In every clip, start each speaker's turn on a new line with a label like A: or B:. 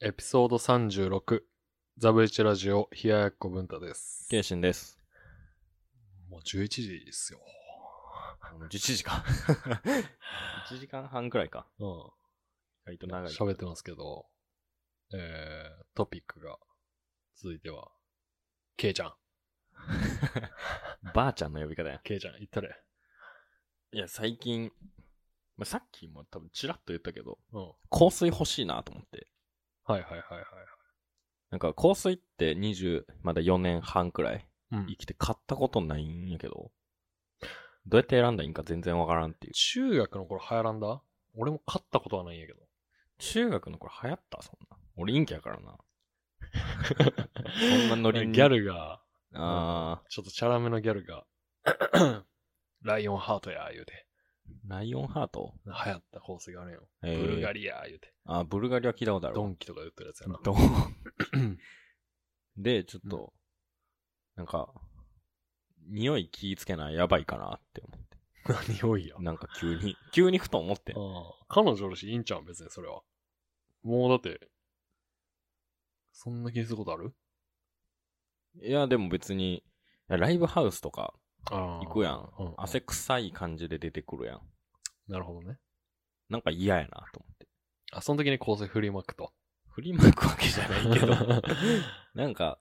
A: エピソード36ザブイチラジオ冷ややっこ文太です
B: ケイシンです。
A: もう11時ですよ、
B: 11時 間 ?1 時間半くらいか。
A: う
B: 意外と長
A: ん、
B: い。
A: 喋ってますけどえー、トピックが続いてはケイちゃん
B: ばあちゃんの呼び方や。
A: ケイちゃん言ったれ
B: いや、最近、まあ、さっきも多分ちらっと言ったけど、
A: うんは
B: 香水欲しいなと思って。
A: いはいはいはい
B: なんか香水って20、まだ4年半くらい
A: うん
B: 生きて買ったことないんやけど、どうやって選んだらいいんか全然わからんっていう。
A: 中学の頃流行らんだ俺も買ったことはないんやけど
B: 中学の頃流行ったそんな。俺陰キャやからな。そんなノリに
A: ギャルが
B: あ
A: ちょっとチャラめのギャル がライオンハートや言うて
B: ー、ライオンハート
A: 流行った香水があるよ、
B: えー
A: ブルガリア言うて
B: あー、ブルガリは聞いたことあるわ
A: ドンキとかで売ってるやつやな。
B: ドンで、ちょっと、なんか、匂い気ぃつけなやばいかなって思って。
A: 何多いや。
B: なんか急 に、急にふと思って。
A: 彼女だし、いいんちゃうん、別にそれは。もうだって、そんな気にすることある
B: いや、でも別に、いやライブハウスとか
A: あ
B: 行く
A: や
B: やん
A: うんうん。
B: 汗臭い感じで出てくるやん。
A: なるほどね。
B: なんか嫌やなと思って。
A: あ、その時に香水振りまくと。
B: 振りまくわけじゃな いけど、
A: う
B: なんか、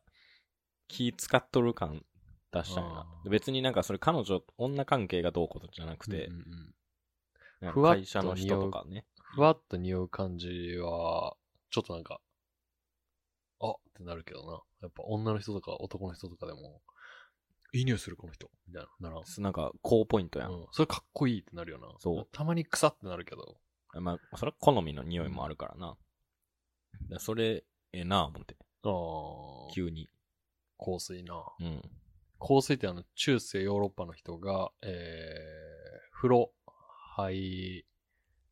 B: 気使っとる感出したいな
A: あ。ー
B: で別になんかそれ彼女、女関係がどうことじゃなく
A: んうん
B: て、
A: うん
B: なん
A: ふ
B: か
A: わっと
B: 会社の人とかね。
A: ふわっと匂う感じは、ちょっとなんか、あってなるけどな。やっぱ女の人とか男の人とかでも、いい匂いするこの人。みたいな。ならん。
B: なんか、高ポイントやん
A: う。ん。それかっこいいってなるよな。
B: そう
A: たまに臭ってなるけど。
B: まあ、それは好みの匂いもあるからな。だからそれ、ええなぁ思って、
A: あ
B: 急に。
A: あ。香水な。
B: うん。
A: 香水ってあの中世ヨーロッパの人が、えー、風呂入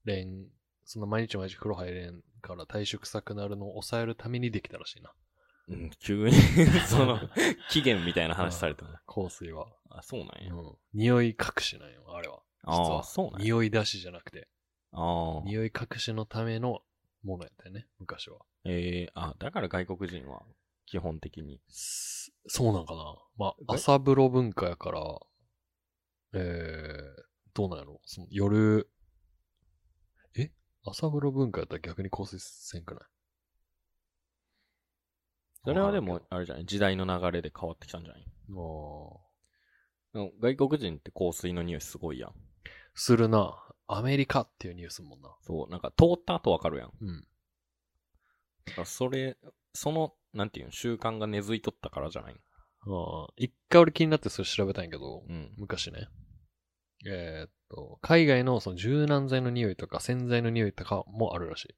A: れん、その毎日毎日風呂入れんから体臭臭くなるのを抑えるためにできたらしいな。
B: うん、急に、 その、期限みたいな話されても。
A: 香水は。
B: あ、そうなんや。
A: うん。匂い隠しなんよ、あれは。実
B: あ
A: は
B: あ、そうなんや。
A: 匂い出しじゃなくて、
B: ああ。
A: 匂い隠しのためのものやったよね、昔は。
B: ええあ、だから外国人は、基本的に。
A: すそうなんかな。まあ、
B: え
A: 朝風呂文化やから、えー、どうなんやろその夜、え朝風呂文化やったら逆に香水せんくない
B: それはで
A: わ
B: も
A: か、
B: あれじゃない時代の流れで変わってきたんじゃない
A: らんけどあ
B: うん外国人って香水の匂いすごいやん。
A: ーするな。アメリカっていうニュースもんな。
B: そう、なんか通った後わかるやん。
A: うん。
B: だからそれ、その、なんていうの、習慣が根付いとったからじゃない
A: あー一回俺気になってそれ調べたんやけど、
B: うん。
A: 昔ね。えーっと、海外のその柔軟剤の匂いとか洗剤の匂いとかもあるらしい。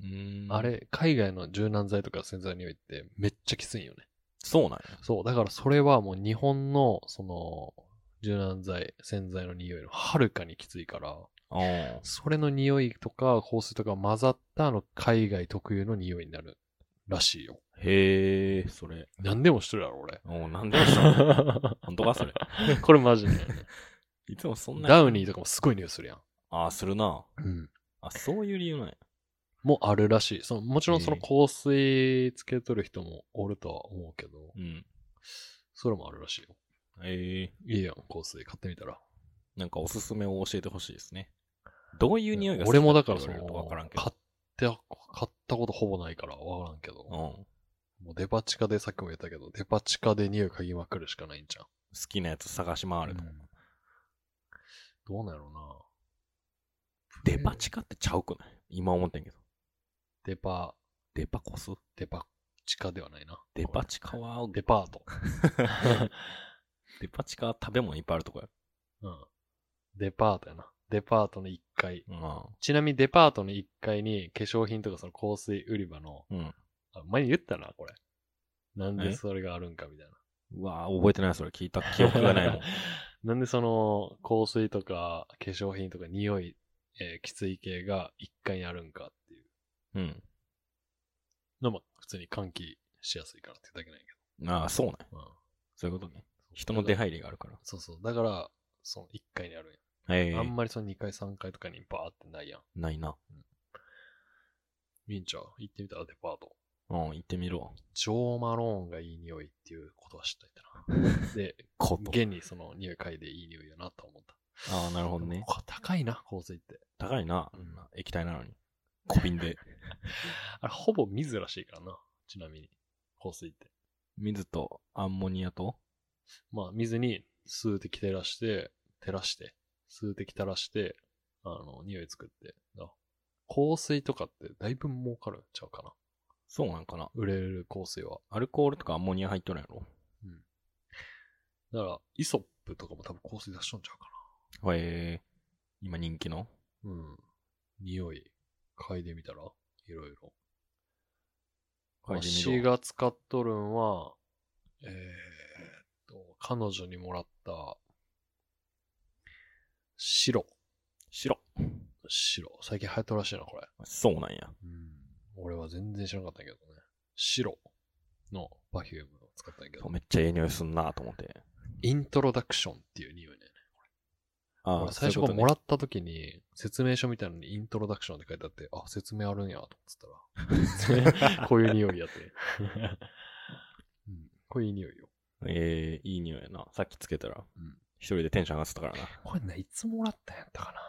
B: うーん
A: あれ、海外の柔軟剤とか洗剤の匂いってめっちゃきついんよね。
B: そうなんや。
A: そう、だからそれはもう日本の、その、柔軟剤、洗剤の匂いのはるかにきついから、
B: ああ。
A: それの匂いとか香水とか混ざったあの海外特有の匂いになるらしいよ。
B: へえ、それ。
A: 何でもしてるやろ、俺。
B: おうなんでもしたの本当かそれ。
A: これマジで、ね。
B: いつもそんな。
A: ダウニーとかもすごい匂いするやん。
B: ああ、するな。
A: うん。
B: あ、そういう理由なんや。
A: もあるらしい。そのもちろんその
B: へ
A: 香水つけとる人もおるとは思うけど、
B: うん。
A: それもあるらしいよ。
B: へえ。
A: いいやん、香水買ってみたら。
B: なんかおすすめを教えてほしいですね。どういう匂いが好き
A: 俺もだ
B: って
A: からそ
B: 言われる
A: の、
B: とわからんけ
A: 買って、買ったことほぼないからわからんけど。
B: ど。うん。好
A: もうデパ地下でさっきも言ったけど、デパ地下で匂い嗅ぎまくるしかないんじゃん。
B: きなやつ探し
A: あ
B: 回ると。
A: どうなんやろうな。
B: デパ地下ってちゃうくない今思ってんけど。
A: デパ、
B: デパコス
A: デパ地下ではないな。
B: デパ地下は
A: これ、デパー ト。
B: デパ地下は食べ物いっぱいあるとこや。
A: うん。デパートやな。デパートの1階。
B: う
A: ちなみにデパートの1階に化粧品とかその香水売り場の、
B: ん。うん。
A: あ前に言ったな、これ。なんで
B: え
A: それがあるんかみたいな。
B: うわぁ、覚えてないそれ聞いた記憶がないもん。
A: なんでその香水とか化粧品とか匂い、えーきつい系が1階にあるんかっていう。
B: うん。
A: のも普通に換気しやすいからってだけなんやけ
B: ああ、そうなんや。
A: ど。うん、
B: そういうことね。人の出入りがあるか
A: そうそう。だから、その1階にあるんや。
B: ら。ええ
A: あんまりその2階、3階とかにバーってないやん。
B: ないな。
A: いいんちゃう行ってみたらデパート。
B: うん、行ってみるわ。
A: ジョー・マローンがいい匂いっていうことは知って たな。で、
B: こと。
A: 現にその匂い嗅いでいい匂いやなと思った。
B: ああ、なるほどね。
A: ここ高いな、香水って。
B: 高いな、
A: うん
B: 液体なのに。小 瓶で。
A: あれ、ほぼ水らしいからな。ちなみに。香水って。
B: 水とアンモニアと、
A: まあ、水に数滴照らして、照らして、数滴垂らして、あの、匂い作って。あ香水とかってだいぶ儲かるんちゃうかな。
B: そうなんかな。
A: 売れる香水は。
B: アルコールとかアンモニア入っとるんやろ
A: だから、イソップとかも多分香水出しとんちゃうか
B: へえ。今人気の
A: な。うん。匂い、嗅いでみたらいろいろ。
B: 嗅いでみ
A: 私
B: るわ
A: が使っとるんは、えー、っと、彼女にもらった、白。白。
B: 白。
A: 最近流行ったらしいな、これ。
B: そうなんや。
A: うん。俺は全然知らなかったけどね。白のパフュームを使ったんやけど、
B: めっちゃええ匂いすんなと思って。
A: イントロダクションっていう匂いね。
B: あ
A: 俺最初
B: そう
A: こ
B: い
A: れ
B: うことね
A: もらった時に、説明書みたいなのにイントロダクションって書いてあって、あ、説明あるんやと思ってた ら、こういう匂いやって。うん、こういう匂いよ。
B: ええいい匂いやな。さっきつけたら、
A: ん
B: 一人でテンション上がってたからな。
A: これね、いつもらったんやったかな。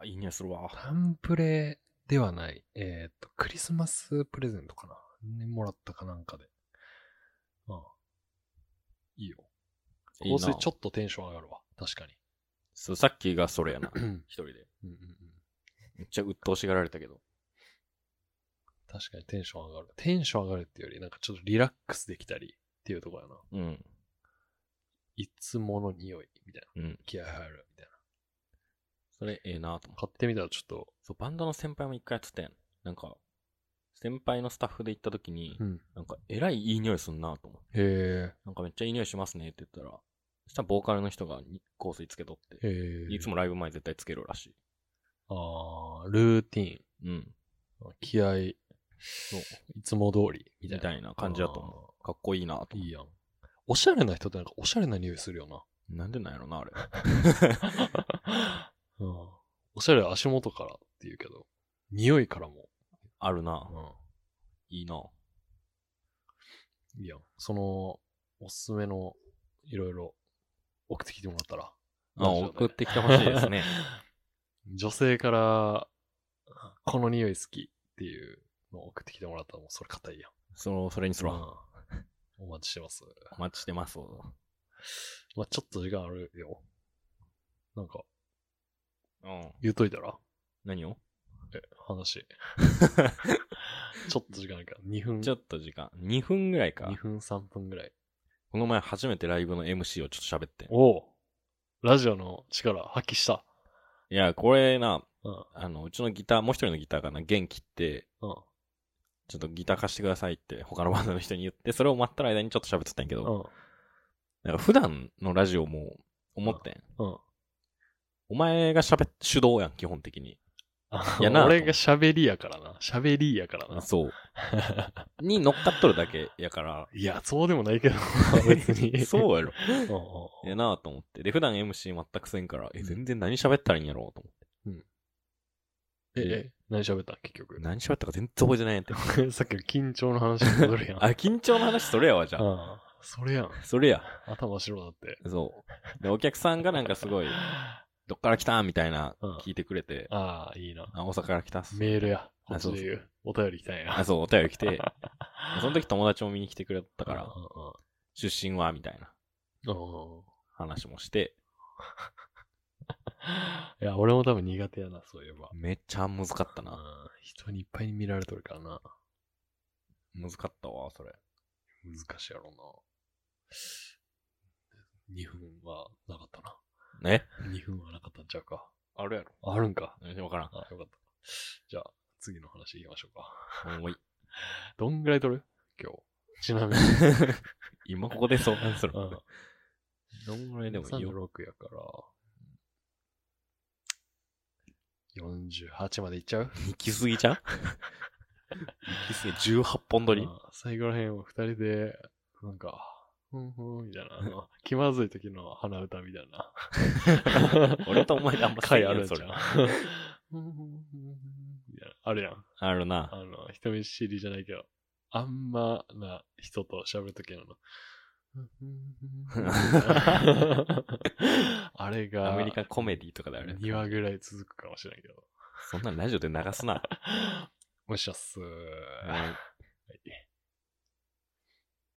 B: あ、いい匂いするわ。
A: タンプレではない、えーっと、クリスマスプレゼントかな。ね、もらったかなんかで。ああいいよ。
B: いいな
A: 香水ちょっとテンション上がるわ。確かに。
B: そう、さっきがそれ やな。
A: うん
B: 一人で。
A: うんうん。
B: めっちゃ鬱陶しがられたけど。
A: 確かにテンション上がる。テンション上がるっていうより、なんかちょっとリラックスできたりっていうところやな。
B: うん。
A: いつもの匂いみたいな。
B: うん。
A: 気合入るみたいな。
B: それええなと思って。
A: 買ってみたらちょっと、
B: そう、バンドの先輩も一回やってたやん。なんか、先輩のスタッフで行った時に、
A: ん。
B: なんか、えらいいい匂いすんなと思って。
A: へ
B: なんかめっちゃいい匂いしますねって言ったら、そしたらボーカルの人がに香水つけとっ
A: え。
B: て、
A: へえ。
B: いつもライブ前絶対つけるらし
A: ああ、ルーティン。
B: い。うん。
A: 気合い、
B: そう。
A: いつも通りみたい
B: み
A: な
B: たいな感じだと思う。かっこいいなと思って
A: いいやん。おしゃれな人ってなんかおしゃれな匂いするよな。
B: なんでなんやろ な、あれ。
A: うん、おしゃれは足元からって言うけど、匂いからも。
B: あるな。
A: う
B: いいな。
A: ん、いいやん。その、おすすめの、いろいろ、送ってきてもらったら。
B: あ
A: ラジオで
B: 送ってきてほしいですね。
A: 女性から、この匂い好きっていうのを送ってきてもらったら もうそれ硬いやん。
B: その、それにするわ。
A: うんお待ちしてます。
B: お待ちしてます。
A: まあちょっと時間あるよ。なんか、
B: うん。
A: 言っといたら
B: 何を
A: え、 話。ちょっと時間あるから、2分。
B: ちょっと時間。2分ぐらいか
A: 2。分3分ぐらい。
B: この前初めてライブの MC をちょっと喋ってん。
A: おおラジオの力発揮した。
B: いや、これな、
A: うん。
B: あの、うちのギター、もう一人のギターかな、元気って、
A: うん。
B: ちょっとギター貸してくださいって他のバンドの人に言って、それを待った間にちょっと喋ってたんやけ
A: う
B: ど、
A: ん。
B: なんか普段のラジオも思ってん。
A: うん。
B: お前が喋っ、主導やん、基本的に。
A: あ
B: いや な
A: 俺が喋りやからな。喋りやからな。
B: そう。に乗っかっとるだけやから。
A: いや、そうでもないけど、 別に。
B: そうやろ。
A: うん。うん
B: えなぁと思って。で、普段 MC 全くせんから、え、全然何喋ったらいいんやろうと思っ
A: え、え、何喋ったん結
B: て。
A: 局。
B: 何喋ったか全然覚えてないんやって。
A: さっきの緊張の話に戻るやん。
B: あ、緊張の話それやわ、じゃあ。
A: うん。それやん。
B: それや。
A: 頭白だって。
B: そう。で、お客さんがなんかすごい、どっから来たみたいな
A: うん、
B: 聞いてくれて、
A: ああ、いいな。
B: あ、大阪から来たっす。
A: メールや。こっ
B: あそ
A: ち
B: う
A: で
B: そう
A: 言う。お便り来たん
B: あ、
A: や。
B: そう、お便り来 て、その時友達も見に来てくれたか
A: うん
B: ら、
A: うんうん
B: 出身はみたいな
A: うん
B: 話もして、
A: いや、俺も多分苦手やな、そういえば。
B: めっちゃむずかったな。
A: うん人にいっぱいに見られとるからな。
B: むずかったわ、それ。
A: 難しいやろうな。2分はなかったな。
B: ね
A: 2分はなかったんちゃうか。
B: あるやろ。
A: あるんか。
B: えわからん。
A: あ、よかった。じゃあ、次の話行きましょうか。
B: もういい
A: どんぐらい撮る今日。ちな みに。
B: 今ここで相談する。
A: うん
B: どんぐらいでもいいよ。
A: 36やから。48までいっちゃう
B: 行き過ぎじゃん行き過ぎ、18本撮り
A: まあ最後らへんを二人で、なんか、ふんふんみたいな、あ の、気まずい時の鼻歌みたいな。
B: 俺とお前であんません
A: 回
B: やん
A: あるんじゃん。
B: そ
A: ふ
B: れ
A: んふんふんふんみあるやん。
B: あるな。
A: あの、人見知りじゃないけど、あんまな人と喋るときのの。あれが、
B: アメリカコメディとかである。
A: 2話ぐらい続くかもしれんけど。
B: そんなんラジオで流すな。
A: おっしゃっす。
B: はい